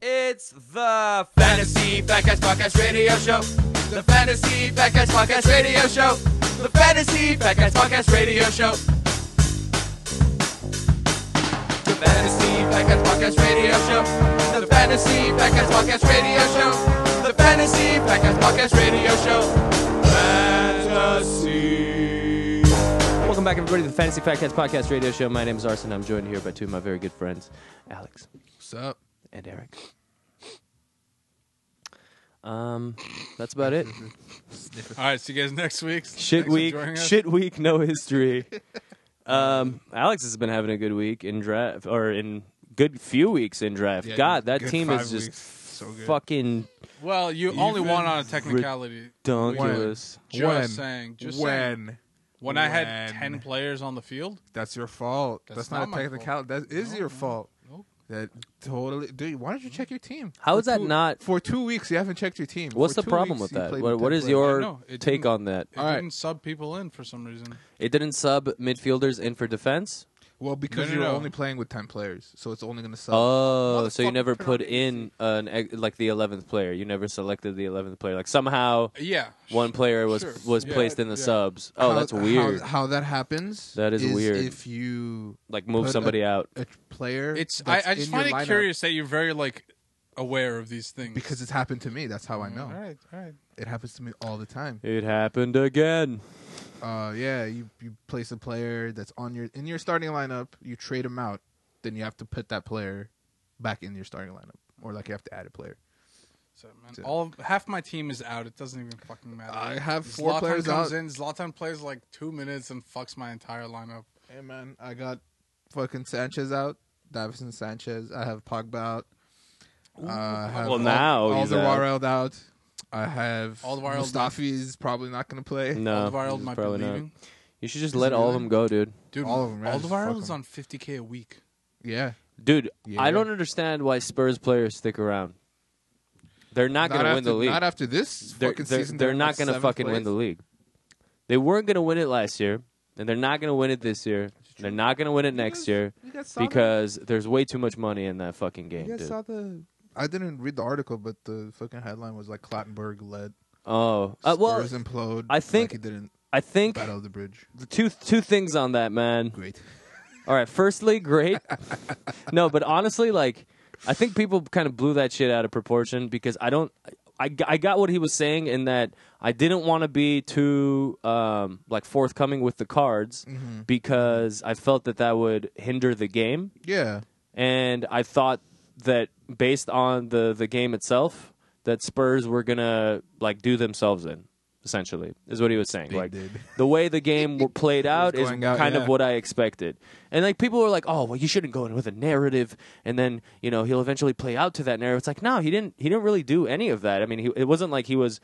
It's the Fantasy Backcast Podcast Radio Show. The Fantasy Backcast Podcast Radio Show. The Fantasy Backcast Podcast Radio Show. The Fantasy Backcast Podcast Radio Show. The Fantasy Backcast Podcast Radio Show. The Fantasy Backcast Podcast Radio Show. Fantasy. welcome back, everybody, to the Fantasy Podcast Podcast Radio Show. My name is Arson. I'm joined here by two of my very good friends, Alex What's up? and Eric. Um, that's about it. All right, see you guys next week. Shit Thanks for week, joining us. shit week, no history. Um, Alex has been having a good week in draft, or in good few weeks in draft. Yeah, God, good- that good team five is just weeks. So good. fucking Well, you only Even won on a technicality. donkulous. Just When? saying. Just saying. when When I had When? ten players on the field, that's your fault. That's That's, not, not a my technicality. That is your fault. Nope. That totally, dude. Why don't you check your team? How For is that two- not- for two weeks? You haven't checked your team. What's For the two problem with weeks, you that? played What, with what 10 is players. your know, it take didn't- on that? it All right. didn't sub people in for some reason. It didn't sub midfielders in for defense. Well, because no, you're no. only playing with ten players, so it's only going to sell. Oh, so you Motherfucker, never put put on in an ex- like the eleventh player. You never selected the eleventh player. Like somehow Yeah. one player was sure. was Yeah, placed in the yeah. subs. Oh, How- that's weird. How, how that happens? That is weird. If you like move put a- somebody out. a player, It's. I, that's I just in your find it lineup- curious that you're very like aware of these things. because it's happened to me. That's how I know. Mm, All right. All right. It happens to me all the time. It happened again. Uh, yeah, you you place a player that's on your in your starting lineup. You trade him out, then you have to put that player back in your starting lineup, or like you have to add a player. So, man, So- all of, half my team is out. It doesn't even fucking matter. I have Zlatan four players comes out. in. Zlatan plays like two minutes and fucks my entire lineup. Hey man, I got fucking Sanchez out, Davison Sanchez. I have Pogba out. Uh, I have Well, now he's Alderweireld out. I have Alderweireld- Mustafi's probably not gonna play. No, Alderweireld he's might be probably not. leaving. You should just let he all of them leaving? go, dude. Dude, All of 'em, yeah, just Alderweireld fuck is 'em. on 50k a week. Yeah, Dude, I Yeah. don't understand why Spurs players stick around. They're not, going to after, win the league. Not after this they're, fucking they're- season. they're not going to fucking win the league. They weren't going to win it last year, and they're not going to win it this year. They're not going to win it next year because there's way too much money in that fucking game, You guys dude. saw the. I didn't read the article, but the fucking headline was like Clattenburg led. Oh, uh, well, Spurs implode. I think- like he didn't I think battle the bridge. the two two things on that, man. Great. All right, firstly, great. no, but honestly, like, I think people kind of blew that shit out of proportion because I don't. I, I got what he was saying in that I didn't want to be too um, like forthcoming with the cards Mm-hmm. because I felt that that would hinder the game, Yeah, and I thought that based on the the game itself, that Spurs were gonna like do themselves in. Essentially, is what he was saying. They like did. the way the game w- played out is going out, kind of yeah. what I expected. And like people were like, "Oh, well, you shouldn't go in with a narrative, and then you know he'll eventually play out to that narrative." It's like, no, he didn't. He didn't really do any of that. I mean, he, it wasn't like he was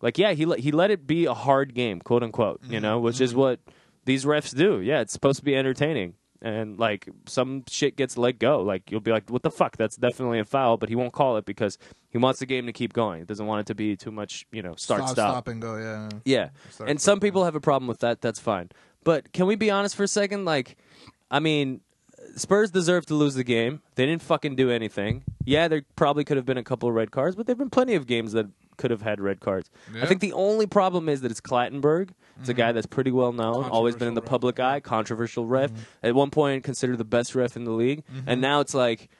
like, yeah, he let, he let it be a hard game, quote unquote, you know, which is what these refs do. Yeah, it's supposed to be entertaining. And like some shit gets let go, like you'll be like, "What the fuck? That's definitely a foul," but he won't call it because he wants the game to keep going. He doesn't want it to be too much, you know, start stop, stop and go. Yeah, yeah. Sorry and for some people have a problem with that. That's fine. But can we be honest for a second? Like, I mean, Spurs deserve to lose the game. They didn't fucking do anything. Yeah, there probably could have been a couple of red cards, but there have been plenty of games that could have had red cards. I Yeah. think the only problem is that it's Clattenburg. It's a guy that's pretty well known, always been in the Controversial ref. public eye, controversial ref. At one point, considered the best ref in the league. And now it's like,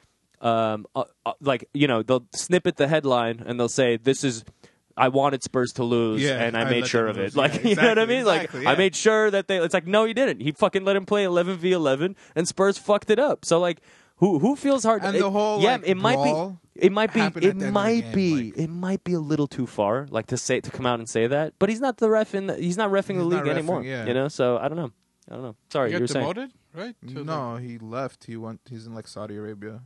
um, uh, uh, like you know, they'll snip at the headline and they'll say, "This is." I wanted Spurs to lose, Yeah, and I, I made let sure of them lose. it. Like, Yeah, you know what I exactly, mean? exactly, like, I yeah. made sure that they. It's like, no, he didn't. He fucking let him play eleven v eleven, and Spurs fucked it up. So like, who who feels hard? And it, the whole, yeah, like, it might brawl be, it might be, happened at it the end of the might game, be, like- it might be a little too far, like to say to come out and say that. But he's not the ref in. The, he's not refing the He's not league anymore. reffing, yeah. You know, so I don't know. I don't know. Sorry, You were got saying demoted, right? To, like, no, he left. He went. He's in like Saudi Arabia.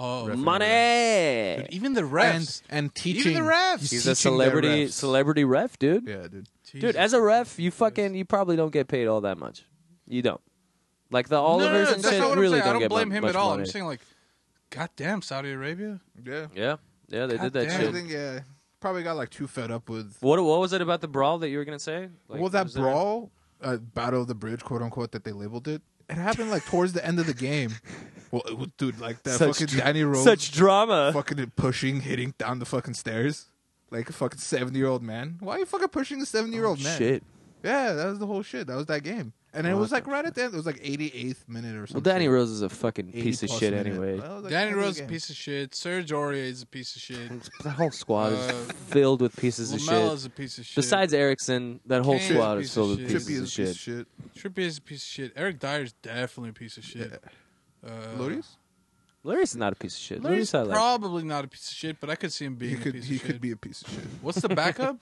Oh, money. dude, even the refs. and and teaching even the refs. he's He's a teaching their celebrity, refs. celebrity ref, dude. Yeah, dude. Dude, as a ref, you fucking you probably don't get paid all that much. You don't. Like the no, no, no, Olivers and that's shit not what I'm really saying. I don't get don't blame mu- him much at all. money. I'm saying like, goddamn, Saudi Arabia. Yeah. yeah, yeah, they did God that damn. I shit. think yeah. Probably got like too fed up with What what was it about the brawl that you were gonna say? Like, well, was that there- brawl, uh, Battle of the Bridge, quote unquote, that they labeled it, it happened like towards the end of the game. Well, it was- dude, like that Such fucking dr- Danny Rose Such drama. fucking pushing, hitting down the fucking stairs like a fucking seventy year old man. Why are you fucking pushing a seventy year old man? Oh, Shit. Yeah, that was the whole shit. That was that game, and it was like right at the end. It was like eighty eighth minute or Well, something. Danny Rose is a fucking piece of shit anyway. Danny Rose is a piece of shit. Serge Aurier is a piece of shit. That whole squad is Uh, filled with pieces of Lamella shit. is a piece of shit. Besides Erickson, that whole Kane's a squad piece is of filled with shit. pieces Trippy is a of piece shit. of shit. Trippier is a piece of shit. Eric Dyer is definitely a piece of shit. Uh, Lorius, Larry's not a piece of shit. Larry's Luri's I like. probably not a piece of shit, but I could see him being he a could piece he of could shit. be a piece of shit. What's the backup?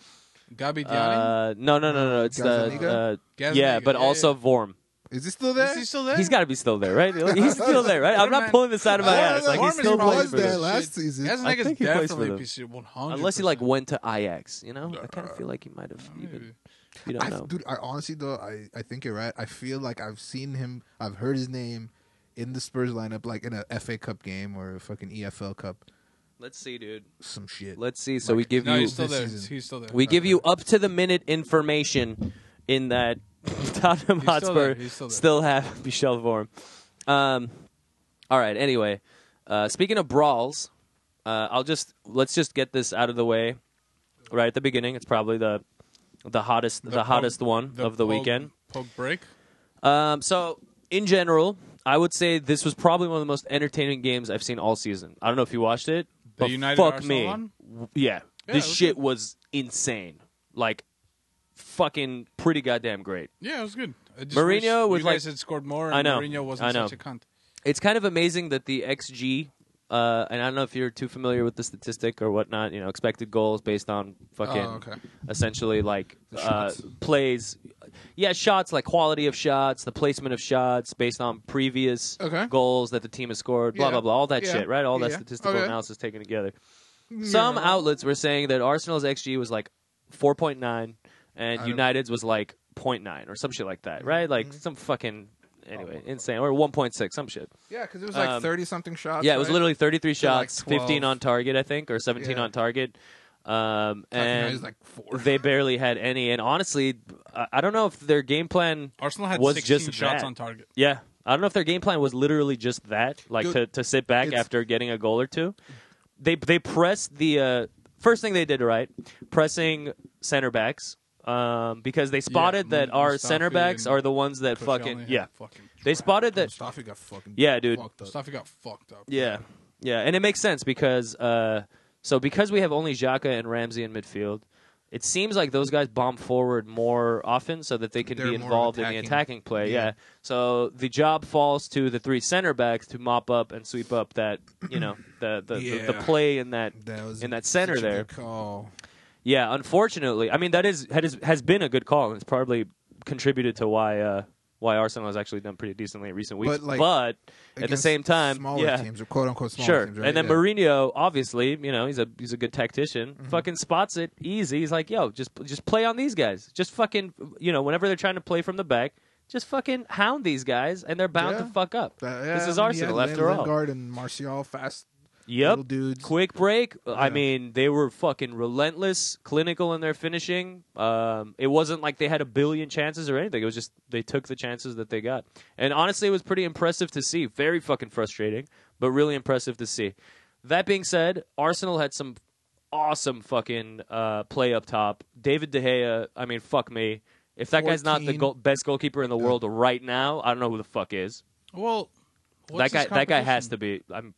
Gabi Diani? Uh, no, no, no, no. It's the Gazzaniga? uh, yeah, Gazzaniga, but yeah, also Vorm. Is he still there? is he still there? He's got to be still there, right? He's still there, right? I'm not Man. pulling this out of my Yeah, ass. Like Vorm he's is still probably playing for there them. last season. That I nigga's think he plays for definitely a them. piece of shit. One hundred. Unless he like went to IX, you know. I kind of feel like he might have even. You don't I, know. Dude, I honestly though, I, I think you're right. I feel like I've seen him. I've heard his name in the Spurs lineup, like in a FA Cup game or a fucking EFL Cup, Let's see, dude. some shit. Let's see. So we give No, you he's still this there. season. He's still there. we give you up to the minute information in that Tottenham He's still there. Hotspur He's still there. still have Michel Vorm. Um, all right. Anyway, uh, speaking of brawls, uh, I'll just let's just get this out of the way right at the beginning. It's probably the the hottest the, The poke- hottest one of the poke- weekend. Poke break. Um, so in general, I would say this was probably one of the most entertaining games I've seen all season. I don't know if you watched it, The but United fuck Arsenal me, one? W- yeah, Yeah, this it was shit was insane. Like, fucking pretty goddamn great. Yeah, it was good. I just Mourinho was wish you guys like- had scored more. And I know. Mourinho wasn't I know. such a cunt. It's kind of amazing that the xG. Uh, and I don't know if you're too familiar with the statistic or whatnot. You know, expected goals based on fucking Oh, okay. essentially like uh, shots. plays. Yeah, shots like quality of shots, the placement of shots based on previous Okay. goals that the team has scored, blah Yeah. blah blah, all that Yeah. shit, right? All that Yeah. statistical Okay. analysis taken together. Some outlets were saying that Arsenal's xG was like 4.9 and don't- Mm-hmm. United's was like 0.9 or some shit like that, right? Like some fucking anyway, insane or 1.6, some shit. Yeah, because it was Um, like thirty something shots. yeah, it was right? literally 33 So, like, shots, 15 on 12. target, I think, or 17 Yeah. on target. Um, I think it and was like four. they barely had any. And honestly, I, I don't know if their game plan. Arsenal had was 16 just shots that. on target. Yeah, I don't know if their game plan was literally just that, like Dude, to, to sit back it's- after getting a goal or two. They they pressed the uh, first thing they did right, pressing center backs. Um, because they spotted that our Mustafi center backs and are the ones that fucking Koscielny had yeah. Fucking They trash. spotted that Mustafi got fucking Yeah, dude. fucked up. Mustafi got fucked up. Yeah, yeah, and it makes sense because uh, so because we have only Xhaka and Ramsey in midfield, it seems like those guys bomb forward more often so that they can They're be more involved in the attacking. attacking play. Yeah. Yeah. So the job falls to the three center backs to mop up and sweep up that you know the the, the, the Yeah. play in that. That was In that center such a there. good call. Yeah, unfortunately, I mean that is that is has been a good call and it's probably contributed to why. Uh, why Arsenal has actually done pretty decently in recent weeks, But, like, but at the Against same time, smaller yeah, teams or quote unquote smaller Sure, teams, right? and then yeah. Mm-hmm. Mourinho, obviously, you know, he's a he's a good tactician. Fucking spots it easy. He's like, yo, just just play on these guys. Just fucking, you know, whenever they're trying to play from the back, just fucking hound these guys, and they're bound to Yeah. fuck up. That- uh, yeah, this is I mean, he Arsenal had after all. Lingard and Martial fast little Yep. dudes. Quick break. uh, I Yeah. mean, they were fucking relentless, clinical in their finishing. Um, it wasn't like they had a billion chances or anything. It was just they took the chances that they got. And honestly, it was pretty impressive to see. Very fucking frustrating, but really impressive to see. That being said, Arsenal had some awesome fucking uh, play up top. David De Gea, I mean, fuck me. If that guy's not the 14. goal- best goalkeeper in the world right now, I don't know who the fuck is Well, that what's guy his that guy competition? has to be I'm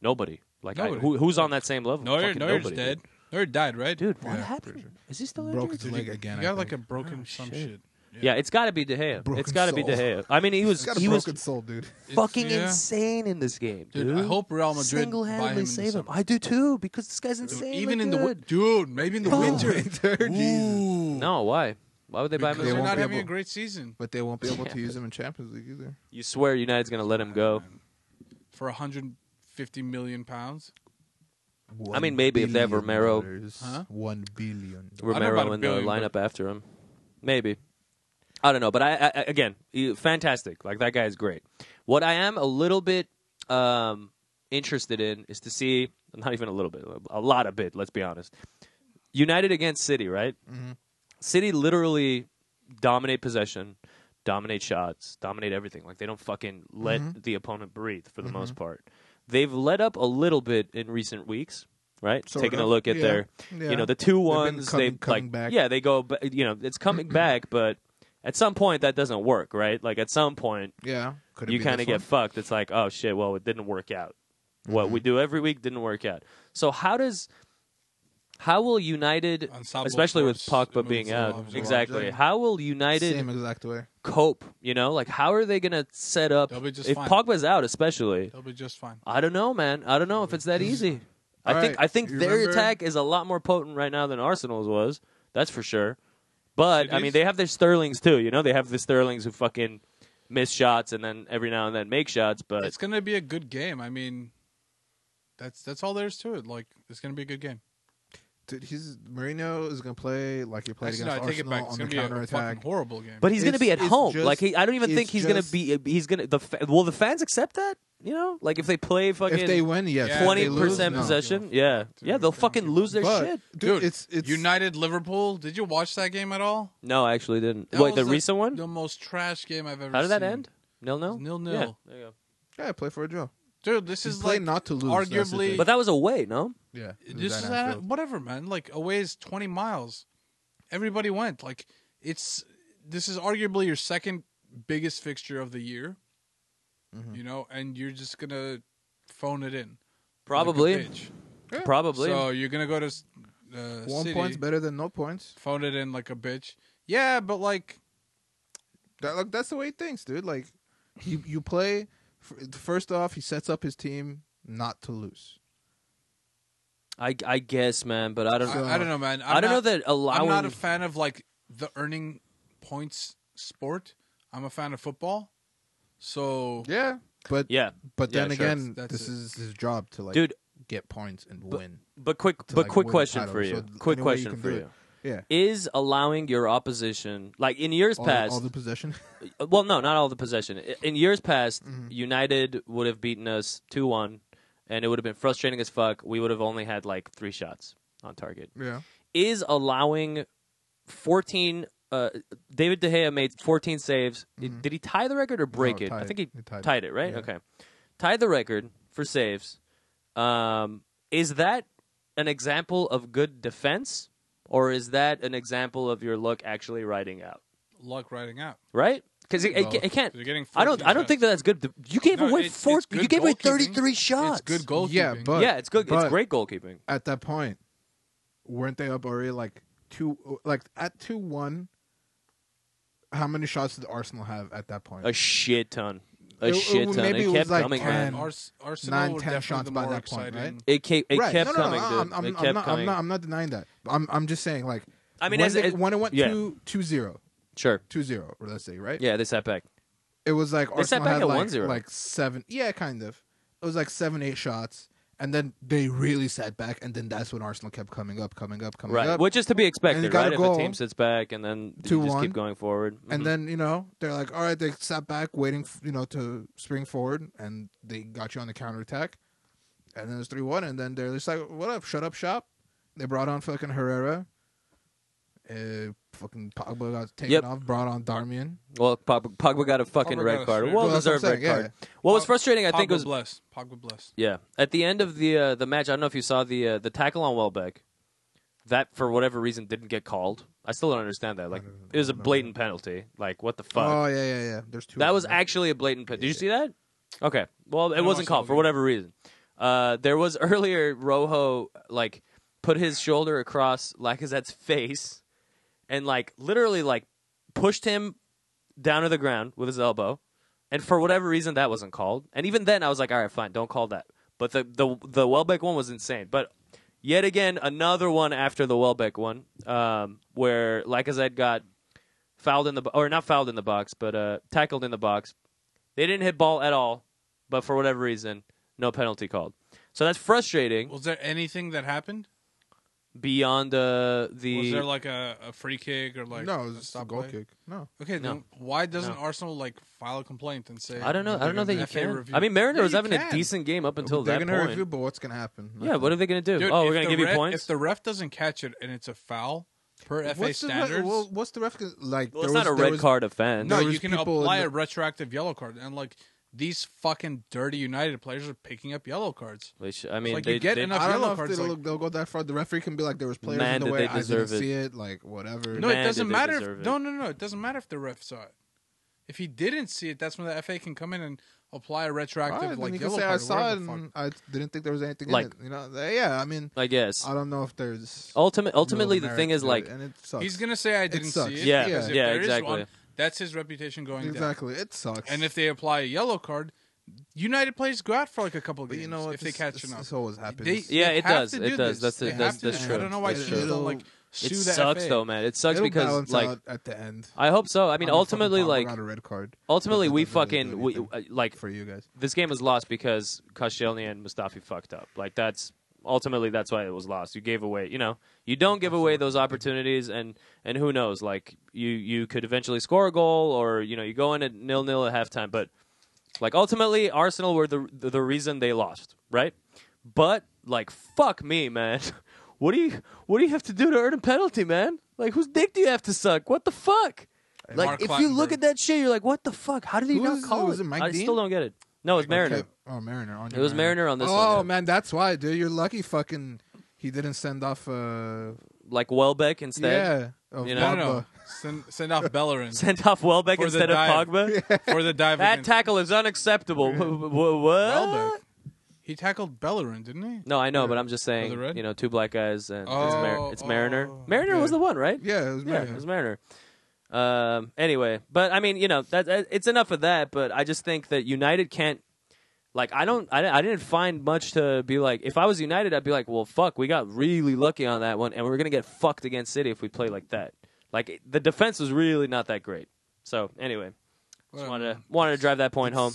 nobody. Like I- Nobody. who, who's on that same level? Neuer, Fucking Neuer's nobody. dead. Neuer died, right? Dude, what Yeah, happened? Oh, Is he still broke injured? his leg again. He I got like a think. broken some shit. Yeah, it's got to be De Gea. Broken it's got to be De soul. Gea. I mean, he was He's got a he was broken soul, dude. fucking yeah. insane in this game, dude. Dude, I hope Real Madrid buy single-handedly him in the save him. summer. I do too because this guy's Dude, insane. even in the wi- dude, maybe in the winter. Winter, Jesus. Ooh. No, why? Why would they buy him? in the Because They they're summer? won't not be having a able- great season But they won't be able to use him in Champions League either. You swear United's going to let him go? for 150 million pounds. I mean, maybe if they have billion Romero. dollars. Huh? One billion. dollars. I don't know Romero about a in the billion, lineup but- after him. Maybe. I don't know, but I, I I- again, he- fantastic. Like that guy is great. What I am a little bit um, interested in is to see not even a little bit, a lot of bit. Let's be honest. Mm-hmm. United against City, right? City literally dominate possession, dominate shots, dominate everything. Like they don't fucking let Mm-hmm. the opponent breathe for the most part. They've let up a little bit in recent weeks, right? Sort Taking a of, look at yeah, their, yeah. you know, the two been ones. They coming- coming like, back. yeah, they go, ba- you know, it's coming back, but at some point that doesn't work, right? Like at some point Yeah, could it you be kind of this get one? fucked. It's like, oh shit, well, it didn't work out. What Mm-hmm. we do every week didn't work out. So how does how will United, Unstoppable especially with force. Pogba It being moves out, along, moves exactly? along. How will United same exact way. cope? You know, like how are they gonna set up They'll be just if fine. Pogba's out, especially? They'll be just fine. I don't know, man. I don't know if it's that easy. I All think right, I think you their remember- attack is a lot more potent right now than Arsenal's was. That's for sure. But It I mean, is. they have their Sterlings too. You know, they have the Sterlings who fucking miss shots and then every now and then make shots. But It's gonna be a good game. I mean, that's that's all there is to it. Like, it's gonna be a good game. Dude, he's Mourinho is gonna play like he played Actually, no, I against take it Arsenal back. It's on the gonna be a, counter a fucking attack. horrible game. But he's going to It's- be at it's home. just- like he, I don't even it's think he's just- going to be. He's going to the. fa- Will the fans accept that? You know, like if they play fucking If they win, yes. Yeah, If twenty they lose, percent no. possession, yeah, yeah, they'll fucking lose their But shit. dude, dude, it's it's United Liverpool. Did you watch that game at all? No, I actually didn't. That Wait, the was recent one? The most trash game I've ever. How did that seen. end? Nil nil. Nil nil. Yeah, there you go. yeah, play for a draw. Dude, this He's is playing like not to lose, that's the Arguably, thing. But that was away, no? Yeah, this is at- whatever, man. Like away is twenty miles. Everybody went. Like it's this is arguably your second biggest fixture of the year. Mhm. You know, and you're just gonna phone it in. like a Probably, bitch. Yeah. probably. So you're gonna go to uh, one City, point's better than no points. phone it in like a bitch. Yeah, but like That, like that's the way he thinks, dude. Like you you play f- first off, he sets up his team not to lose. I, I guess, man. But I don't. I, I don't know, man. I'm I don't not- know that allowing. I'm not a fan of like the earning points sport. I'm a fan of football. So Yeah, but yeah, but Yeah, then sure. again, That's this it. is his job to like dude. get points and win. But quick, to, but like, quick win the question title. for you. So quick any way you question can for do you. it. Yeah, Is allowing your opposition like in years all, past? all the possession. Uh, Well, no, not all the possession. I- In years past, Mm-hmm. United would have beaten us 2 1, and it would have been frustrating as fuck. We would have only had like three shots on target. yeah, Is allowing 14. Uh, David De Gea made 14 saves. I- Did he tie the record or break Mm-hmm. it? I No, Oh, tied. think he, He tied, tied it, right? Yeah. Okay. Tied the record for saves. Um, is that an example of good defense, or is that an example of your luck actually riding out? luck riding out. right? Because it, it, Well, it can't. you're getting I don't. 14 I don't think that that's good. You gave No, away it's- four. it's good You gave away goalkeeping. thirty three shots. It's good goalkeeping. yeah, but yeah, it's good. it's but great goalkeeping. At that point, weren't they up already like two? Like at two one. How many shots did Arsenal have at that point? A shit ton. A It- it- shit ton. maybe It it kept was like coming, and man. 10. Ars- Arsenal nine, were ten definitely shots the by more that point, exciting. right? It, ca- it right. kept no, no, coming, no, dude. I'm, I'm, it I'm kept not, coming. I'm not. I'm not denying that. But I'm. I'm just saying, like, I mean, when, as- they- as- when it went yeah. two two zero, sure. two zero, or let's say, right? Yeah, they sat back. It was like They sat Arsenal back had at like, 1-0. like seven. Yeah, kind of. It was like seven, eight shots, and then they really sat back, and then that's when Arsenal kept coming up, coming up, coming Right, up, which is to be expected, got right? a If a goal. team sits back and then you just 2-1. keep going forward, and Mhm. then you know they're like, all right, they sat back, waiting, f- you know, to spring forward, and they got you on the counter attack, and then it's three one, and then they're just like, what up, shut up shop. They brought on fucking Herrera. Uh, fucking Pogba got taken Yep. off. Brought on Darmian. well, Pog- Pogba got a fucking Pogba got red a card, straight- well Well, that's what I'm deserved red saying, yeah. card. What was Pog- frustrating, I think, Pogba was bless. Pogba bless. Yeah. At the end of the uh, the match, I don't know if you saw the uh, the tackle on Welbeck. That for whatever reason didn't get called. I still don't understand that. Like it was a blatant penalty. Like what the fuck? Oh yeah, yeah, yeah. There's two. that of was them, right? actually a blatant penalty. Did you see that? Okay. Well, it didn't wasn't watch the called whole for game. whatever reason. Uh, there was earlier Rojo like put his shoulder across Lacazette's face and like literally like pushed him down to the ground with his elbow. And for whatever reason, that wasn't called. And even then, I was like, all right, fine, don't call that. But the the the Welbeck one was insane. But yet again, another one after the Welbeck one, um, where Lacazette got fouled in the bo- or not fouled in the box, but uh, tackled in the box. They didn't hit ball at all, but for whatever reason, no penalty called. So that's frustrating. Was there anything that happened? Beyond uh, the Was there like a, a free kick or like no, it was a just a stop goal play? kick. No, Okay, No. then why doesn't No. Arsenal like file a complaint and say I don't know. I don't know that you FA can. review? I mean, Mariner Yeah, was you having a can. decent game up until they're that gonna point. review, but what's gonna happen? yeah, what are they going to do? Dude, oh, we're going if the to give you ref- points. If the ref doesn't catch it and it's a foul, per FA what's the re- standards. well, what's the ref like? Well, there it's was, not a there red was- card offense. no, there you was can people in apply a the- retroactive yellow card, and like these fucking dirty United players are picking up yellow cards. They sh- I mean, like you they, get they- enough- I don't Yellow know if cards, they'll, like- they'll go that far. The referee can be like, there was players Man, did in the they way. I didn't deserve it. see it. Like whatever. No, Man, it did doesn't they matter. deserve If, it. no, no, no, it doesn't matter if the ref saw it. If he didn't see it, that's when the FA can come in and apply a All retroactive right, then like you can yellow say card. I saw it whatever the fuck. and I didn't think there was anything Like- in it. You know, Th- yeah. I mean, I guess. I don't know if there's Ultimate, no ultimately, the merit thing to is it, like, and it sucks. He's gonna say I didn't sucks. see it. Yeah, because if yeah, there is exactly. one, that's his reputation going down. exactly. It sucks. And if they apply a yellow card, United players go out for like a couple of But games you know what? if they This- catch this, enough. this always happens. They, Yeah, they it have does. to It do does. This. That's it. They have That's- to do that's this. true. I don't know why That's teams true. don't like sue it the sucks FA. though, man. It sucks It'll because balance like out at the end. I hope so. I mean, I'm a fucking ultimately, punk, I like got a red card ultimately, Doesn't we really do fucking we, anything uh, like for you guys. this game was lost because Koscielny and Mustafi fucked up. Like that's ultimately that's why it was lost. You gave away, you know, you don't give away those opportunities, and and who knows, like you you could eventually score a goal, or you know you go in at nil nil at halftime. But like ultimately, Arsenal were the the, the reason they lost, right? But like fuck me, man. What do you what do you have to do to earn a penalty, man? Like whose dick do you have to suck? What the fuck? Like Mark if you look Clattenburg. at that shit, you're like, what the fuck? How did he Who not was- call was it Mike I Dean? still don't get it. No, it's Mariner. Okay. Oh, Mariner. On It was Mariner on this Oh one, yeah. man, that's why, dude. You're lucky. Fucking, he didn't send off. Uh, Like Welbeck instead. yeah. Of You No, know? no, no. Pogba. Send, send off Bellerin Sent off Welbeck For the instead of dive. Pogba. for the dive. That against tackle is unacceptable. Wh- wh- wh- what? Welbeck. He tackled Bellerin, didn't he? No, I know, but I'm just saying, the red? you know, two black guys and it's, Oh, Mar- it's Mariner. oh. Mariner was Yeah. the one, right? Yeah, it was Yeah, Mariner. it was Mariner. Um, anyway, but I mean, you know, that, that it's enough of that. But I just think that United can't. Like I don't, I, I didn't find much to be like. If I was United, I'd be like, well, fuck, we got really lucky on that one, and we're gonna get fucked against City if we play like that. Like it- the defense was really not that great. So anyway, just Well, wanted to, wanted to drive that point home.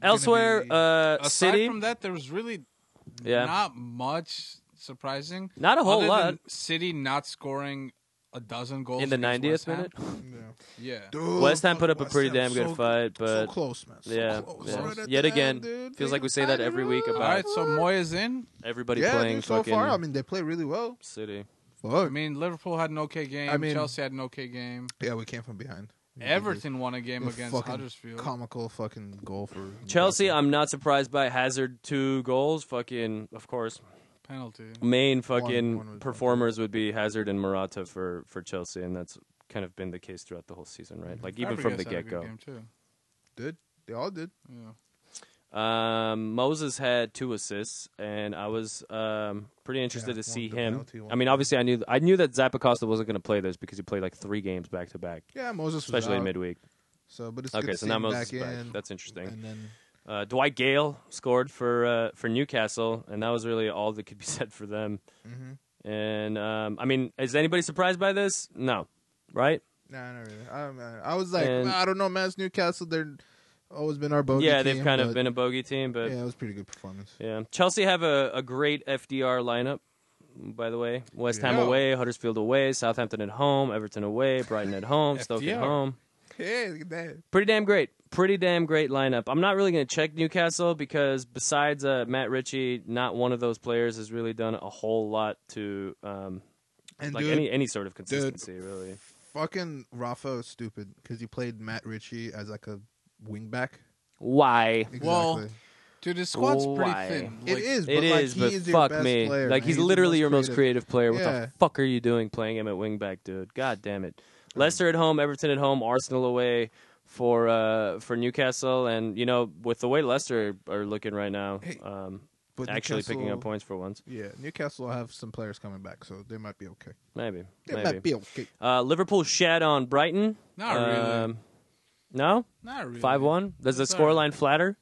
gonna Elsewhere, be- uh, Aside City, from that, there was really Yeah. not much surprising. Not a whole Other than lot. City not scoring a dozen goals in the against West ninetieth Ham. minute, Yeah. Yeah. Dude, West Ham put up a West pretty damn Ham good so- fight, so but close, man. So yeah, close. yeah. Right at yet the again, end, dude. feels They like we say that every week All about right, so Moyes in. everybody yeah, playing dude, so fucking far, I mean, they play really well. City. I Fuck. mean, Liverpool had an okay game. I mean- Chelsea had an okay game. Yeah, we came from behind. Everton won a game A against fucking Huddersfield. Comical fucking goal for Chelsea, I'm not surprised by Hazard two goals. Fucking, of course, penalty. main fucking one was- performers would be Hazard and Morata for for Chelsea, and that's kind of been the case throughout the whole season, right? Like even from Fabregas the had a get go. good game, too. uh, Did they all did? Yeah. Um, Moses had two assists, and I was um, pretty interested to Yeah, see one- the him. penalty one. I mean, obviously, I knew I knew that Zappacosta wasn't going to play this because he played like three games back to back, Yeah, Moses especially was in out, midweek. So, but it's Okay, good to so see now him Moses back is back. in. That's interesting. And then Uh, Dwight Gale scored for uh, for Newcastle, and that was really all that could be said for them. mm-hmm. And um, I mean, is anybody surprised by this? No, right? Nah, not really. I, don't know. I was like, And- I don't know, man. It's Newcastle. They're always been our bogey. yeah, they've team, kind of but- been a bogey team, but Yeah, yeah, it was pretty good performance. Chelsea have a, a great FDR lineup. By the way, West Ham Yeah. away, Huddersfield away, Southampton at home, Everton away, Brighton at home, Stoke at FDR. home. Yeah, look at that. Pretty damn great. Pretty damn great lineup. I'm not really going to check Newcastle because besides uh, Matt Ritchie, not one of those players has really done a whole lot to um, And like dude, any any sort of consistency, really. fucking Rafa is stupid because he played Matt Ritchie as like a wing back. Why? Exactly. Well, Dude, his squad's Why? pretty thin. it Like, is. But It like, is, he but is your fuck best me. Player, like man. he's the literally your most creative player. What Yeah. the fuck are you doing playing him at wingback, dude? God damn it. Mm. Leicester at home, Everton at home, Arsenal away for uh for Newcastle and you know, with the way Leicester are looking right now, Hey, um But actually picking Newcastle- up points for once. Yeah, Newcastle will have some players coming back, so they might be okay. Maybe. They maybe. might be okay. Uh Liverpool shed on Brighton. Not really. Um, no? not really. Five one? Does the That's all right. scoreline flatter?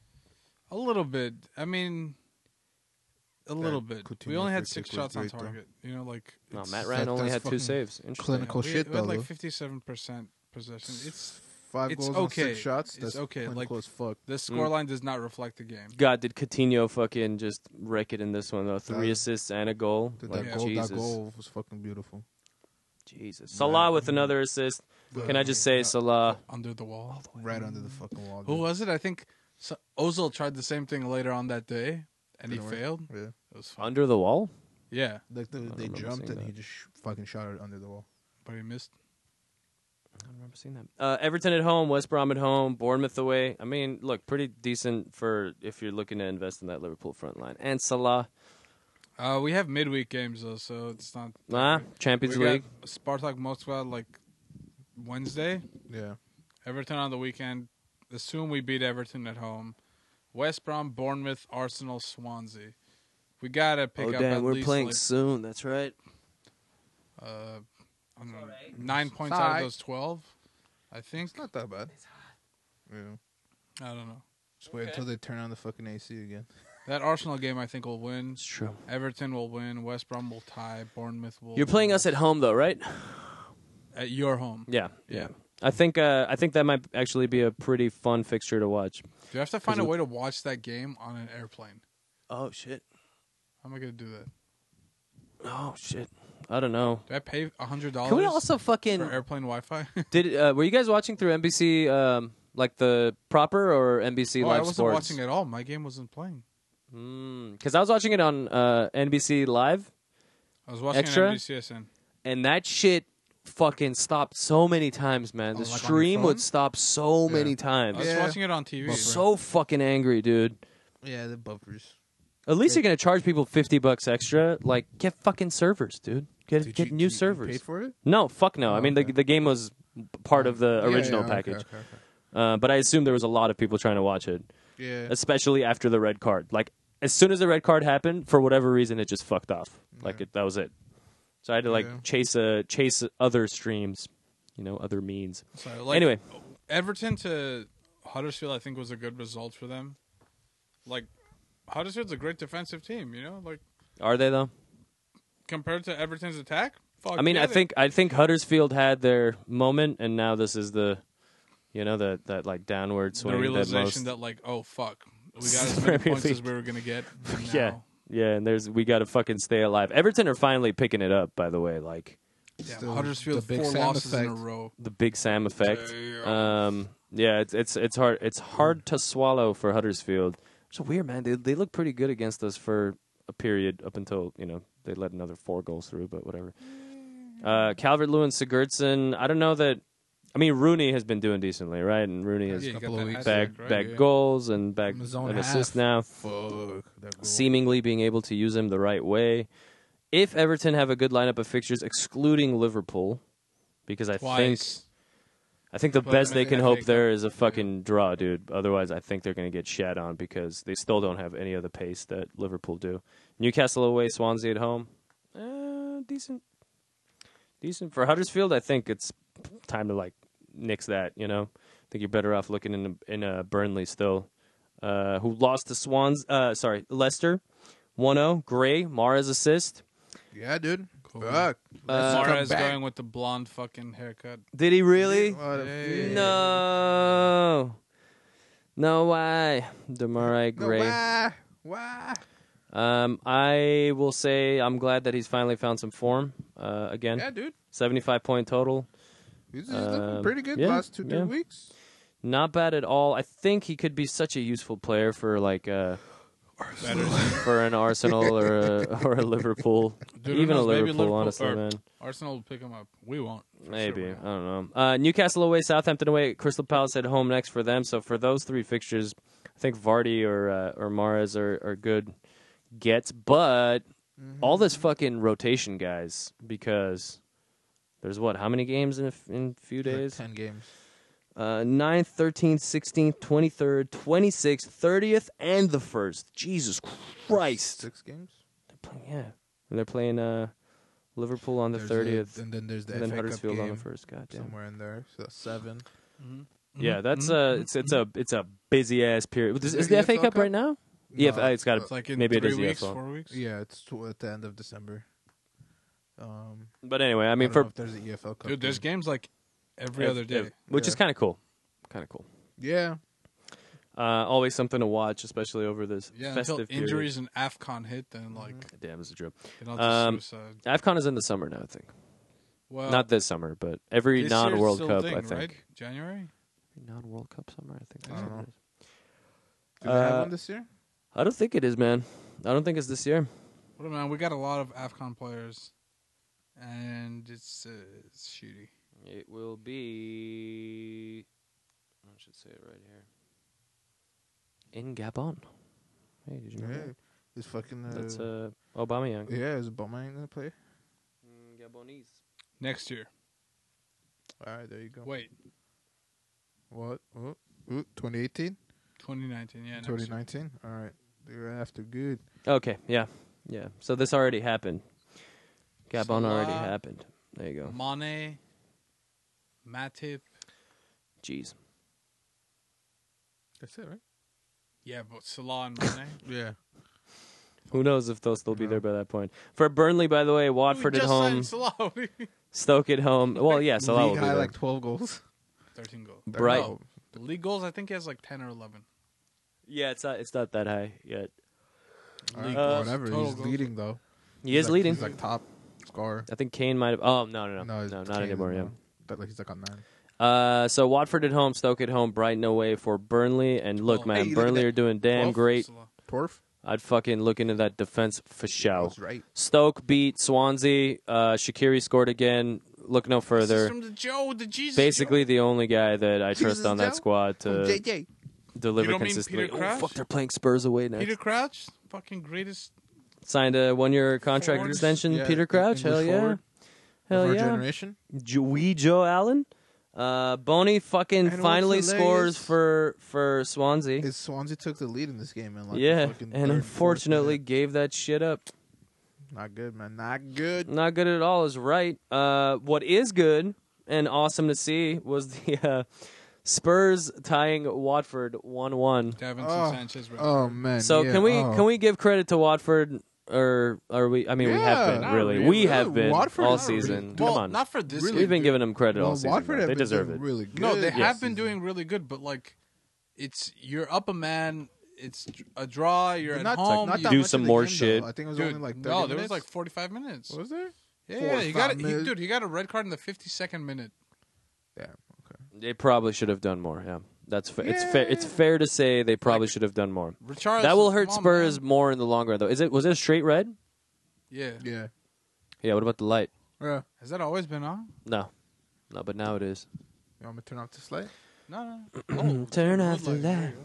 A little bit. I mean, a little bit. we Coutinho only had free six kick was shots on great, though. target. You know, like No, it's- Matt Ryan that- only that's had two fucking saves. Interesting. clinical we, shit we had though. like fifty-seven percent possession. It's Five it's goals okay. and six shots. It's That's okay, like- clinical as fuck. the scoreline does not reflect the game. God, did Coutinho fucking just wreck it in this one though? Three That- assists and a goal. Dude, Like, that, goal, Jesus, that goal was fucking beautiful. Jesus. Salah with another assist. Can I just say Salah? Under the wall. Right under the fucking wall. Who Dude. was it? I think so, Ozil tried the same thing later on that day, and he Didn't work. failed. Yeah. It was fun. Under the wall? Yeah. Like the, they remember jumped seeing and he that. just sh- fucking shot it under the wall. But he missed. I don't remember seeing that. Uh, Everton at home, West Brom at home, Bournemouth away. I mean, look, pretty decent for if you're looking to invest in that Liverpool front line. And Salah, Uh, we have midweek games though, so it's not. nah, Champions we League. got Spartak Moskva like Wednesday. Yeah. Everton on the weekend. Assume we beat Everton at home. West Brom, Bournemouth, Arsenal, Swansea. We gotta pick Oh up. at damn, we're least, playing like, soon. That's right. uh, I don't know, nine points out alright. of those twelve. I think. It's not that bad. Yeah. I don't know. Just wait until they turn on the fucking AC again. That Arsenal game, I think, will win. It's true. Everton will win. West Brom will tie. Bournemouth will. You're playing us at home though, right? at your home. Yeah, Yeah. yeah. I think uh, I think that might actually be a pretty fun fixture to watch. Do you have to find a we- way to watch that game on an airplane? Oh shit! How am I gonna do that? Oh shit! I don't know. Do I pay hundred dollars? Can we also fucking for airplane Wi-Fi? did? Uh, were you guys watching through NBC um, like the proper or NBC oh, I Live wasn't Sports? watching at all. My game wasn't playing. Because I was watching it on uh, NBC Live, I was watching Extra? on NBCSN. and that shit fucking stopped so many times, man. The Oh, like on your stream would phone? Oh, stop so many I times. was Yeah. watching it on TV. So fucking angry, dude. Yeah, the buffers. At least you're gonna charge people fifty bucks extra. Like, get fucking servers, dude. Get get new servers. paid for it? No, fuck no. Oh, I mean, okay. the the game was part of the original yeah, okay, package, okay, okay. Uh, but I assume there was a lot of people trying to watch it, Yeah. especially after the red card. Like, as soon as the red card happened, for whatever reason, it just fucked off. Like, it, that was it. So I had to like Yeah. chase a chase other streams, you know, other means. So, like, anyway, Everton to Huddersfield, I think, was a good result for them. Like, Huddersfield's a great defensive team, you know? Like, are they though? compared to Everton's attack, fuck I mean, Oh, yeah, I they- think I think Huddersfield had their moment, and now this is the, you know, that that like downward the swing. that most, realization that, like, oh, fuck, we got as Premier many points as League. we were going to get. and yeah, now- yeah, and there's we got to fucking stay alive. Everton are finally picking it up, by the way. Like Damn, the- Huddersfield, the Big four Sam losses in a effect. row. the Big Sam effect. Um, yeah, it's it's it's hard it's hard to swallow for Huddersfield. It's weird, man. They they look pretty good against us for a period up until you know they let another four goals through, but whatever. Uh, Calvert Lewin Sigurdsson. I don't know that. I mean, Rooney has been doing decently, right? And Rooney has Yeah, you got couple that of weeks hat-trick, bag right? bag Yeah. goals and bag His own an half. assist now Fuck. That goal. seemingly being able to use him the right way. If Everton have a good lineup of fixtures, excluding Liverpool, because I think Twice. I think the Well, best I mean, they can I hope think- there is a fucking draw, dude. Otherwise, I think they're going to get shat on because they still don't have any of the pace that Liverpool do. Newcastle away, Swansea at home, uh, decent, decent for Huddersfield. I think it's time to like nix that. You know, I think you're better off looking in in uh, Burnley still, uh, who lost to Swans. Uh, sorry, Leicester, 1-0. Gray Mara's assist. Yeah, dude. Cool. Fuck. Uh, come Suarez back. going with the blonde fucking haircut. Did he really? What a- Yeah. No. No way. Demarai No, Gray. Why? Why? um, I will say I'm glad that he's finally found some form uh, again. Yeah, dude. 75 point total. He's, he's looking Um, pretty good yeah, last two, three yeah. weeks. Not bad at all. I think he could be such a useful player for like uh, Better for an Arsenal or a, or a Liverpool, Dude, who even a knows? Maybe Liverpool, Liverpool- honestly, or- man. Arsenal will pick him up. We won't. for sure Maybe we I won't. don't know. Uh, Newcastle away, Southampton away, Crystal Palace at home next for them. So for those three fixtures, I think Vardy or uh, or Mares are, are good gets. But Mm-hmm. all this fucking rotation, guys, because there's what? How many games in a f- in few days? Ten games. Uh, 9th, 13th, 16th, 23rd, 26th, 30th, and the first. Jesus Christ! Six games. Yeah, and they're playing uh, Liverpool on the There's thirtieth, a- and then there's the and then FA Cup Huddersfield on game the first. Goddamn. somewhere in there. So that's seven. Mm-hmm. Yeah, that's uh it's it's a it's a busy ass period. Is, is there the EFL FA Cup Cup? right now? No, Yeah, it's got It's like in maybe it three is weeks, EFL. four weeks. Yeah, it's tw- at the end of December. Um, But anyway, I I mean don't for know if there's an EFL Cup. Dude, there's game. games like every other day. which is Yeah. kind of cool, kind of cool. Yeah, Uh, always something to watch, especially over this Yeah, festive until injuries and AFCON hit, Mm-hmm. then like period. Damn, it's a drip. you know, Um, suicide. Afcon is in the summer now, I think. Well, Not this summer, but every this year's non-World still Cup, thing, I think. right? January. Every Non-World Cup summer, I think. I that's don't what it know. is. do they have Uh, one this year? I don't think it is, man. I don't think it's this year. What a man, we got a lot of AFCON players. and it's uh, it's shitty. It will be. I should say it right here. In Gabon. Hey, did you know Yeah, it's fucking. Uh, that? That's uh, Obama Young. Mm, yeah, is Obama gonna play? Gabonese. Next year. All right, there you go. Wait, What? Oh, ooh, 2018, 2019. Yeah, next year. 2019. All right, they're after good. Okay, yeah. Yeah. So this already happened. Gabon already Salah. happened. There you go. Mane, Matip. Jeez. That's it, right? Yeah, but Salah and Mane. Yeah. Who knows if they'll still be there by that point. For Burnley, by the way, Watford We at just home, signed Salah. Stoke at home. Well, yeah, Salah will League be high, there. like 12 goals. 13 goals. Bright- No, the league goals, I think he has like 10 or 11. Yeah, it's not, it's not that high yet. All right, League Uh, goals, whatever. He's total goals. leading though. He is like, leading. He's like top scorer. I think Kane might have. Oh no, no, no, no, it's not Kane anymore. is Yeah. now. But like he's like on nine. Uh, so Watford at home, Stoke at home, Brighton away for Burnley. And look, Oh, man, hey, look at Burnley that. are doing damn 12 for great. Salah. Torf. I'd fucking look into that defense for show. That's right. Stoke beat Swansea. Uh, Shakiri scored again. Look no This is further. from the Joe, the Jesus. Basically, the only guy that I trust Jesus, on that Joe? squad to JJ. deliver Oh, You don't mean consistently. Peter Oh Crouch? fuck, they're playing Spurs away Joe. next. Peter Crouch, fucking greatest. Signed a one-year contract Forward. extension. Yeah, Peter Crouch, English hell yeah, forward hell of our yeah. generation. Jo- wee Joe Allen. Uh, Boney fucking And finally what's the scores latest? for for Swansea. Is Swansea took the lead in this game and like the yeah, fucking third, and fourth unfortunately gave that shit up. minute. not good, man, not good. Not good at all is right. Uh, what is good and awesome to see was the uh, Spurs tying Watford one one. Davinson Oh, Sanchez. right? Oh man. So yeah. can we oh. can we give credit to Watford or are we? I mean, we Yeah, have been not really. really. We have been Watford all not really. season. Come well, on, not for this. Really we've game. been giving them credit well, all season. Watford though. have They been deserve doing it. Really good. No, they Yes. have been doing really good, but like, it's you're up a man. It's a draw. You're But at not, home. not you- that Do much of some the more game, though. shit. I think it was dude, only like 30 no, there minutes. was like 45 minutes. was there? Yeah, Four yeah, or he got five it, he, minutes. dude. He got a red card in the 52nd minute. Yeah. Okay. They probably should have done more. Yeah, that's fair. It's fair. Yeah. It's fair to say they probably should have done more. Richard That will hurt Spurs more in the long run, though. Is it was it a straight red? Yeah. Yeah. Yeah. What about the light? Yeah. Has that always been on? No, no. But now it is. You want me to turn off this light? No, no. Oh, Turn good off the light. There light. you go.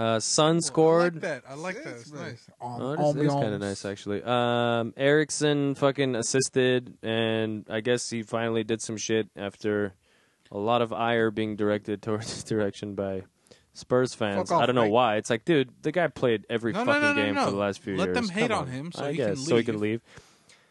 Uh, Sun I like scored. that. I like that. It's nice. Oh, it is, kind of nice actually. Um, Erickson fucking assisted, and I guess he finally did some shit after a lot of ire being directed towards his direction by Spurs fans. off, I don't know Frank. why. It's like, dude, the guy played every No, no, fucking no, no, game no. for the last few Let years. them hate Come on him so I he guess can so he can leave.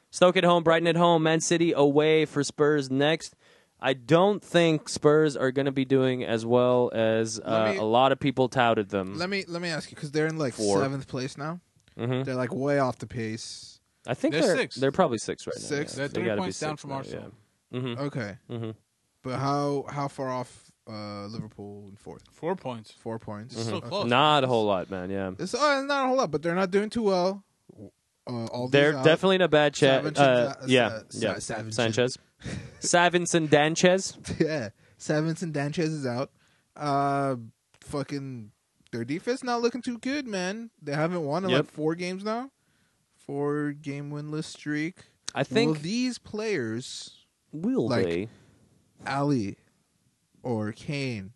Stoke at home, Brighton at home, Man City away for Spurs next. I don't think Spurs are going to be doing as well as uh, me- a lot of people touted them. Let me let me ask you because they're in like mm. Four. seventh place now. Mhm. They're like way off the pace. I think They're they're six. they're probably six right now. Six. yeah. They're They three gotta be points down six from now, Arsenal. Oh, Yeah. hmm Okay, Mhm. but how how far off uh, Liverpool in fourth? Four points. Four points. Mm-hmm. Still Okay. close. Not a whole lot, man. Yeah, It's uh, not a whole lot, but they're not doing too well. Uh, all they're definitely in a bad chat. Savinson, Uh, Sa- yeah, Sa- yeah. Sa- Savinson. Sanchez, Savinson, Danchez. yeah. Savinson Danchez is out. Uh, fucking their defense not looking too good, man. They haven't won in Yep. like four games now. Four game winless streak. I think Will these players will like, they Ali or Kane,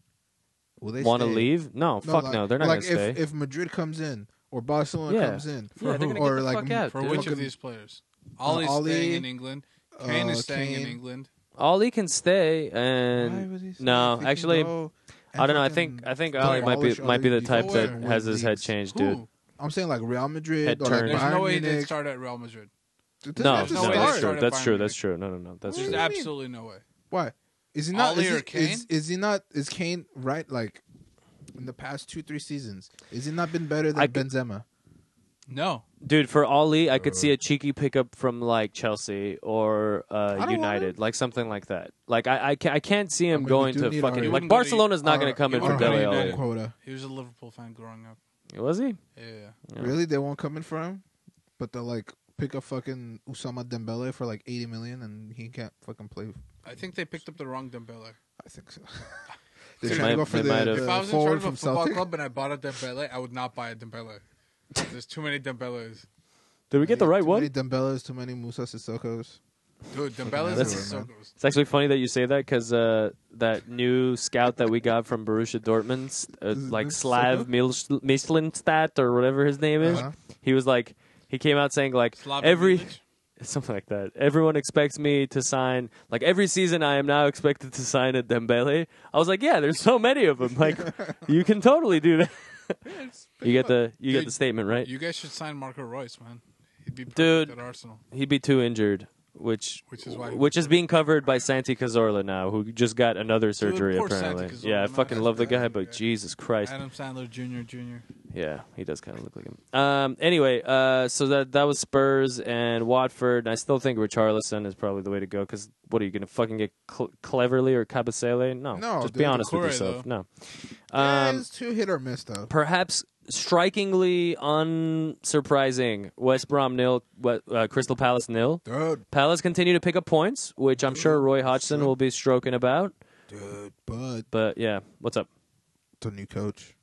will they want to stay? leave? No, fuck like- no. They're not like gonna if, stay. if Madrid comes in or Barcelona Yeah. comes in, yeah, they're gonna or get the like fuck out. For dude. which Fucking- of these players? Ollie's Ollie, staying in England. Kane uh, is staying Kane. in England. Ollie can stay, Why and would he stay no, if he can actually, go and I don't know. I fucking think I think Ollie might be demolish might be other the type defenses that and win has his head leagues? changed, dude. Who? I'm saying like Real Madrid Head or turn. like There's Bayern no way they Munich. start at Real Madrid. It doesn't No, have to no, no that's way they start. true. started That's Bayern true. Munich. That's true. No, no, no. That's What There's do true. you mean? absolutely no way. Why is he not? Ollie Is he, or Kane? Is, is he not? Is Kane right? Like in the past two three seasons, is he not been better than I could- Benzema? No. Dude, for Ali, I could see Uh. a cheeky pickup from like Chelsea or uh, want United, like something like that. Like I, I, can't, I can't see him mean, we going do to need fucking Arsenal. like He wouldn't go to- Barcelona's not going to come in he for wouldn't go Dele to Alli. United. quota. He was a Liverpool fan growing up. Was he? Yeah. Yeah. Really, they won't come in for him, but they'll like pick up fucking Usama Dembele for like eighty million, and he can't fucking play. I think they picked up the wrong Dembele. I think so. They're They trying to might- go for they might the, have- the If I was in charge forward of a from football Celtic. club and I bought a Dembele, I would not buy a Dembele. There's too many Dembeles. Did we get the right too one? Many Dembeles, too many Musa Sissoko's. Dude, Dembele's That's- is so gross. It's actually funny that you say that because uh, that new scout that we got from Borussia Dortmund, uh, like Slav Mislintat or whatever his name is, Uh-huh. he was like, he came out saying like Slavic every village. something like that. Everyone expects me to sign like every season. I am now expected to sign a Dembele. I was like, yeah, there's so many of them. Like you can totally do that. you get the you get Dude, the statement right. You guys should sign Marco Royce, man. He'd be perfect Dude. at Arsenal. He'd be too injured. Which Which is why- which is being covered by Santi Cazorla now, who just got another surgery poor apparently. Santi Cazorla, yeah, I man. fucking love the guy, but Yeah. Jesus Christ, Adam Sandler Jr. Jr. yeah, he does kind of look like him. Um, anyway, uh, so that that was Spurs and Watford, and I still think Richarlison is probably the way to go. Because what are you gonna fucking get Cle- cleverly or Cabasele? No, No, just dude, be honest with Doucouré, yourself. No, Yeah, um, it's too hit or miss though. perhaps strikingly unsurprising, West Brom nil, West, uh, Crystal Palace nil. Dude, Palace continue to pick up points, which I'm sure Roy Hodgson will be stroking about. dude, but But yeah, what's up the new coach,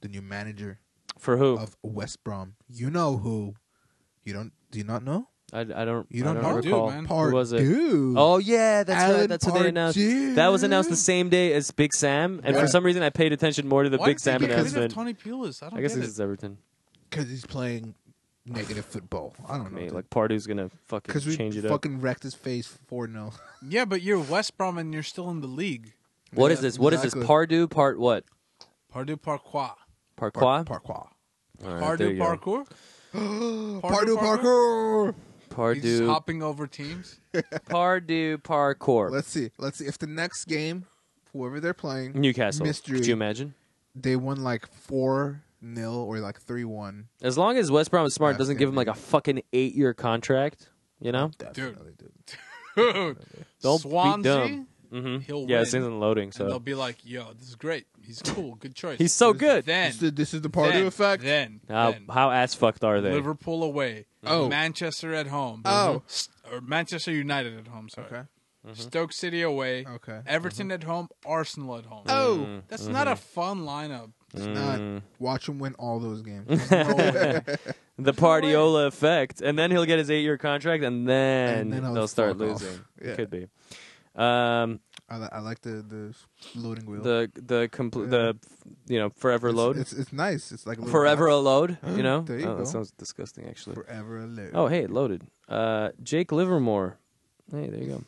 the new manager for who? of West Brom. You know who? You don't? Do you not know? I, I don't. You I don't don't know? Dude, recall. man. who was it? Pardew. Oh yeah, that's Alan right. That's what they announced. Pardew. That was announced the same day as Big Sam, and Yeah. for some reason I paid attention more to the Why Big did they Sam get rid of announcement. Tony Pulis. I don't I guess get this it. is Everton. because he's playing negative football. I don't I mean, know. like Pardew's gonna fucking Because we change it up. fucking wrecked his face four 0 Yeah, but you're West Brom and you're still in the league. What is Yeah, this? What is exactly. this? Pardew part what? Pardew Parquois. Parquois. Parkour. All right, there Pardew you go. Parkour. Pardew parkour. He's just Pardew. hopping over teams. Pardew parkour. Let's see. Let's see if the next game, whoever they're playing, Newcastle. Mystery. Could you imagine? they won like four 0 or like three one. As long as West Brom is smart, Ah, Yeah, doesn't give him like a fucking eight-year contract, you know. Definitely, dude. Dude, Don't be Swansea, dumb. Mm-hmm. he'll yeah, win. it's in loading. and they'll So be like, "Yo, this is great. He's cool. Good choice. he's so good. Then, This is the, this is the Pardew then, effect. Then, How, then. how ass fucked are they? Liverpool away. Oh. Manchester at home. Oh. S- or Manchester United at home. Sorry. Okay. Mm-hmm. Stoke City away. Okay. Everton at home. Arsenal at home. Oh, That's Mm-hmm. not a fun lineup. it's Mm. not. Watch him win all those games. No way. The Partiola effect, and then he'll get his eight-year contract, and then, And then I'll they'll start fuck off. losing. Yeah. Could be. Um, I, li- I like the the loading wheel. the the compl- the you know forever it's, load, It's, it's nice. It's like a little forever a box. load. You know, There you oh, go. that sounds disgusting actually. Forever a load. Oh, hey, it loaded. Uh, Jake Livermore. Hey, there you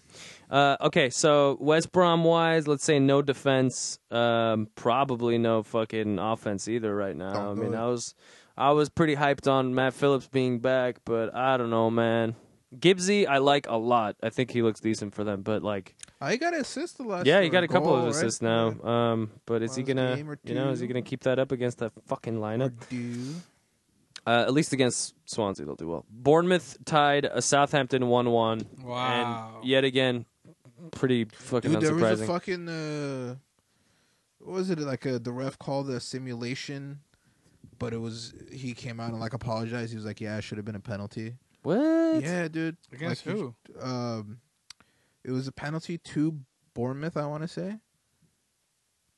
go. Uh, okay, so West Brom wise, let's say no defense. Um, probably no fucking offense either right now. Don't I do mean, it. I was I was pretty hyped on Matt Phillips being back, but I don't know, man. Gibbsy, I like a lot. I think he looks decent for them, but like, I Oh, got an assist the last. yeah, year he got or a couple goal, of right? assists now. Um, but is he Last gonna, game or you know, is he two. gonna keep that up against that fucking lineup? Do Uh, at least against Swansea, they'll do well. Bournemouth tied a Southampton one-one. Wow. And yet again, pretty fucking dude, there was unsurprising. a fucking. Uh, what was it like? A, the ref called a simulation, but it was he came out and like apologized. He was like, "Yeah, it should have been a penalty." what? Yeah, dude. Against Like, who? um, it was a penalty to Bournemouth, I want to say.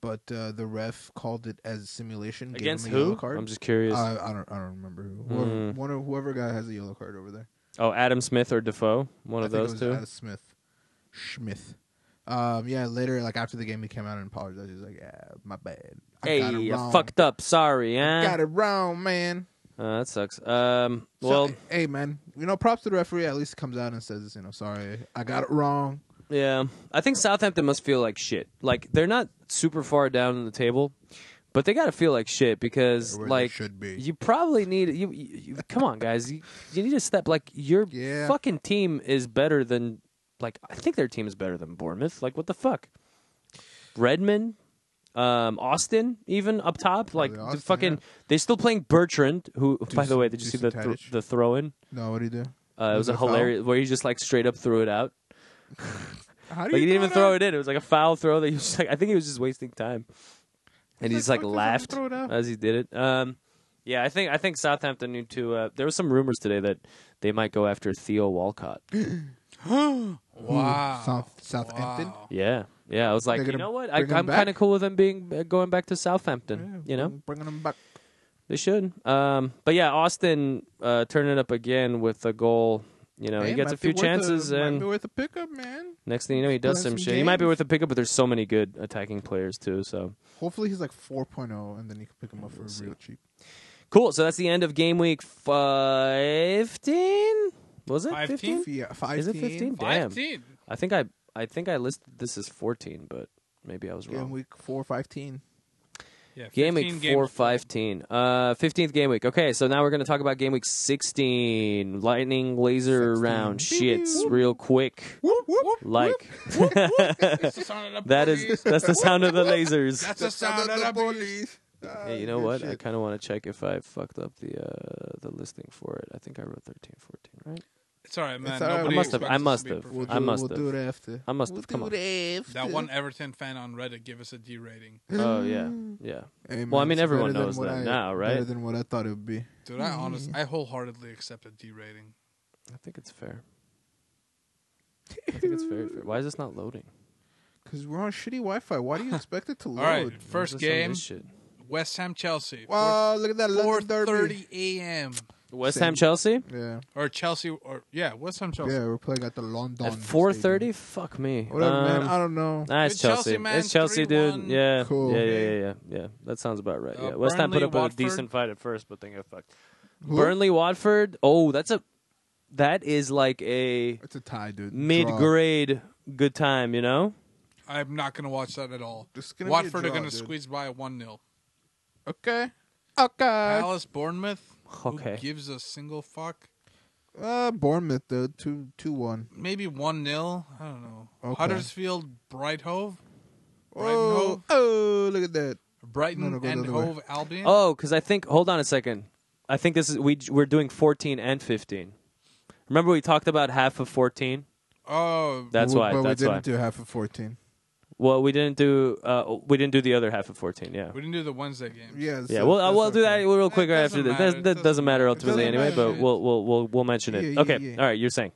But uh, the ref called it as simulation. gave Against him a yellow who? Card. Uh, I'm just curious. I, I don't. I don't remember who. Whoever, Hmm. one of whoever guy has a yellow card over there. oh, Adam Smith or Defoe? One I of think those it was two. Adam Smith. Schmith. Um. Yeah. Later, like after the game, he came out and apologized. He was like, "Yeah, my bad. I hey, got it you wrong. fucked up. Sorry, eh? Got it wrong, man." Uh, that sucks. Um, So, well, hey, man. You know, props to the referee. At least comes out and says, "You know, sorry, I got it wrong." yeah. I think Southampton must feel like shit. Like they're not super far down in the table, but they got to feel like shit because, Where they like, should be. You probably need you. you, you come on, guys. You, you need to step. Like your Yeah. fucking team is better than. Like I think their team is better than Bournemouth. Like what the fuck? Redmond, um, Austin, even up top. Like Austin, the fucking. yeah. They're still playing Bertrand. Who, by the way, did you see the Ducen thro- Tadic. the throw in? No, what do you do? Uh, it was Was it a a foul? hilarious where he just like straight up threw it out. How Like do he didn't even throw it out? in. It was like a foul throw that he was just, like I think he was just wasting time. And he He's just like like, "Fuck this, I'm laughed gonna throw it out." as he did it. Um, yeah, I think I think Southampton need to. Uh, there was some rumors today that they might go after Theo Walcott. Wow. South Southampton. Wow. Yeah, yeah. I was like, They're you gonna know what? I, bring him I'm back? kind of cool with them being uh, going back to Southampton. Yeah, you know, bringing them back. they should. Um, but yeah, Austin uh, turning up again with a goal. You know, Hey, he gets might a few be worth chances, might and be worth a pickup, man. next thing you know, he does have some some shit. He might be games. worth a pickup, but there's so many good attacking players too. So Hopefully he's like 4.0, and then you can pick him up for real cheap. cool. So that's the end of game week fifteen. Was it 15? fifteen? Yeah, uh, five. Is it fifteen? Damn. 15. I think I I think I listed this as fourteen, but maybe I was wrong. Game week four, fifteen. Yeah, Game 15 week games. four, 15. Uh, 15th game week. Okay, so now we're going to talk about game week 16. Lightning laser 16. round Beep, shits beep. real quick. Whoop, whoop, Like That's the sound of the that police. is that's the sound of the lasers. That's the sound of the police. Ah, Hey, you know good what? I shit. kind of want to check if I fucked up the uh, the listing for it. I think I wrote 13, 14, right? It's all right, man. all right. Nobody I must have- expects I us to must be have. We'll perfect. do, I must we'll have. do it after. I must we'll have. Come do on. it after. That one Everton fan on Reddit give us a D rating. Oh yeah, yeah. Hey, Well, I man, mean, it's everyone better than knows what that I- now, right? Better than what I thought it would be. Dude, I Mm-hmm. honest, I wholeheartedly accept a D rating. I think it's fair. I think it's very fair. Why is this not loading? Because we're on shitty Wi-Fi. Why do you expect it to load? All right, Why is first this on game, this shit? West Ham Chelsea. Wow, look at that Four London derby. thirty a.m. West Same. Ham Chelsea Yeah, or Chelsea or yeah, West Ham Chelsea. yeah, we're playing at the London at Stadium. four thirty. Fuck me. Whatever, man. Um, I don't know. Nah, it's Good Chelsea. Chelsea, man. It's Chelsea, dude. 3-1. Yeah. Cool. yeah, yeah, yeah, yeah, yeah. That sounds about right. Uh, yeah, West Ham put Burnley, up Watford. a decent fight at first, but they got fucked. Who? Burnley, Watford. Oh, that's a that is like a It's a tie, dude. Draw. mid-grade good time, you know. I'm not gonna watch that at all. This is gonna be a Watford are draw, gonna dude. squeeze by one 0 Okay. Okay. Palace, Bournemouth. Okay. Who gives a single fuck? Uh, Bournemouth, dude. Two, two, one. Maybe one 0 I don't know. Okay. Huddersfield, Bright Hove, Brighton Oh, Hove? oh, look at that. Brighton No, no, go the and other way. Hove Albion. Oh, because I think. Hold on a second. I think this is we we're doing fourteen and fifteen. Remember we talked about half of fourteen. Oh, That's But we- why. But that's we didn't why. do half of fourteen. well, we didn't do. Uh, we didn't do the other half of fourteen. Yeah. we didn't do the Wednesday game. Yeah. Yeah, so we'll uh, that's we'll do that okay. real quick right doesn't after this. matter. That, It that doesn't doesn't matter matter. ultimately It doesn't anyway, matter. but we'll we'll we'll we'll mention it. Yeah, yeah, okay, yeah. all right. You're saying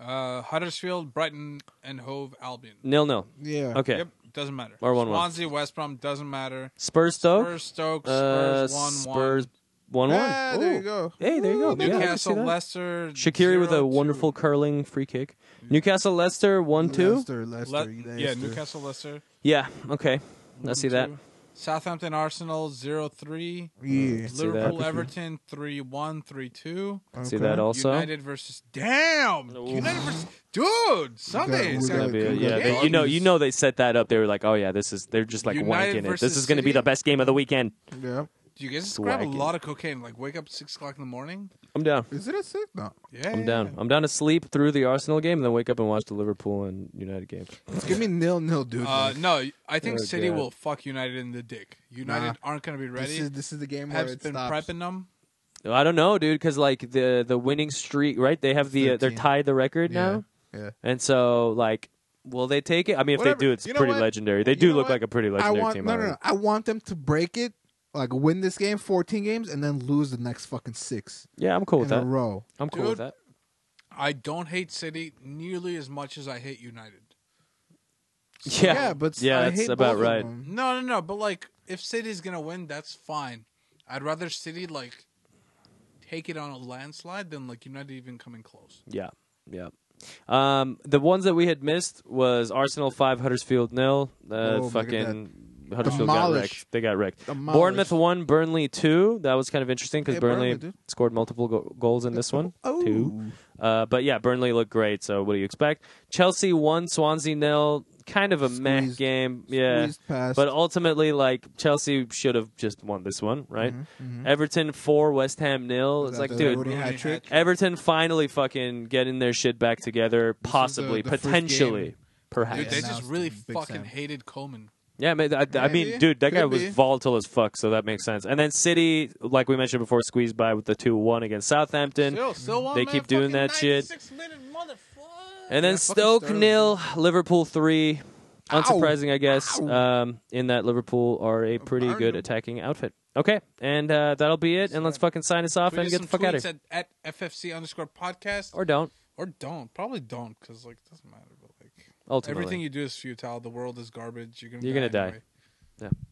Uh, Huddersfield, Brighton, and Hove Albion. nil nil. Yeah. Mm, Okay, Yep, doesn't matter. Or 1-1. Swansea, West Brom doesn't matter. Spurs Stoke. Spurs, Stoke, Uh, Spurs, one Spurs one. one one. Ah, there you go. Hey, there you go. Yeah, I can see Newcastle, that. Leicester. Shakiri with a 0-2. wonderful curling free kick. Newcastle Leicester one two. Leicester, Leicester, Le- Leicester. yeah, Newcastle, Leicester. Yeah. Okay. I see that. 1-2. Southampton, Arsenal, 0-3. Yeah. See that. Liverpool, Everton, 3-1, 3-2. See Okay. that also. United versus... Damn! Ooh. United versus... Dude, Sunday is we It's got- going gonna to be be... a- Congrats. yeah, they- you know, you know, they set that up. They were like, "Oh yeah, this is." They're just like United wanking it. This versus is going to be City? the best game of the weekend. Yeah. Do you guys just grab a Swagging. lot of cocaine? Like, wake up at 6 o'clock in the morning? I'm down. Is it a six? No. Yeah. I'm down. I'm down to sleep through the Arsenal game, and then wake up and watch the Liverpool and United game. Give me nil, nil, dude. Uh, no, I think Oh, City God. will fuck United in the dick. United aren't going to be this ready. is this is the game where Pep's it been stops. prepping them. I don't know, dude, because like the the winning streak, right? They have the uh, they're 13. tied the record Yeah. now, Yeah. and so like, will they take it? I mean, if Whatever. they do, it's You know pretty what? legendary. They You do know look what? like a pretty I legendary want team. no, no, already. no. I want them to break it, like win this game, fourteen games, and then lose the next fucking six Yeah, I'm cool with in a that. row. I'm cool with Dude. that. I don't hate City nearly as much as I hate United. Yeah, but yeah, I that's hate about both of right. them. No, no, no. But like, if City's gonna win, that's fine. I'd rather City like take it on a landslide than like United even coming close. Yeah, yeah. Um, the ones that we had missed was Arsenal five, Huddersfield nil. Uh, Oh, look at fucking Huddersfield got Demolished. wrecked. They got wrecked. Demolished. Bournemouth one, Burnley two. That was kind of interesting because Hey, Burnley, Burnley, dude. scored multiple go- goals in this one. Oh. Two. Uh, but yeah, Burnley looked great. So what do you expect? Chelsea one, Swansea nil. Kind of a meh Squeezed. game. Yeah. Squeezed past. But ultimately, like Chelsea should have just won this one, right? Mm-hmm, Everton four, West Ham nil. It's That- like, that dude, Rooney Rooney hat-trick. hat-trick. Everton finally fucking getting their shit back together, possibly, uh, the first potentially, game. perhaps. Dude, Yeah, they now just it's really the Big fucking Sam. hated Coleman. yeah, man, I, I Maybe. mean, dude, that guy Could was be. volatile as fuck, so that makes sense. And then City, like we mentioned before, squeezed by with the two one against Southampton. Still, still one They man, keep doing fucking that shit. 96 minute motherfucker. And then Yeah, fucking Stoke Sterling. nil, Liverpool three. Ow. Unsurprising, I guess. Ow. Um, in that Liverpool are a pretty Burn good 'em. attacking outfit. Okay, and uh, that'll be it. And let's fucking sign us off Tweet and us get the some fuck out tweets of here, At, at FFC underscore podcast or, or don't. don't probably don't because like it doesn't matter. But like Ultimately, everything you do is futile. The world is garbage. You're gonna You're gonna die. anyway. yeah.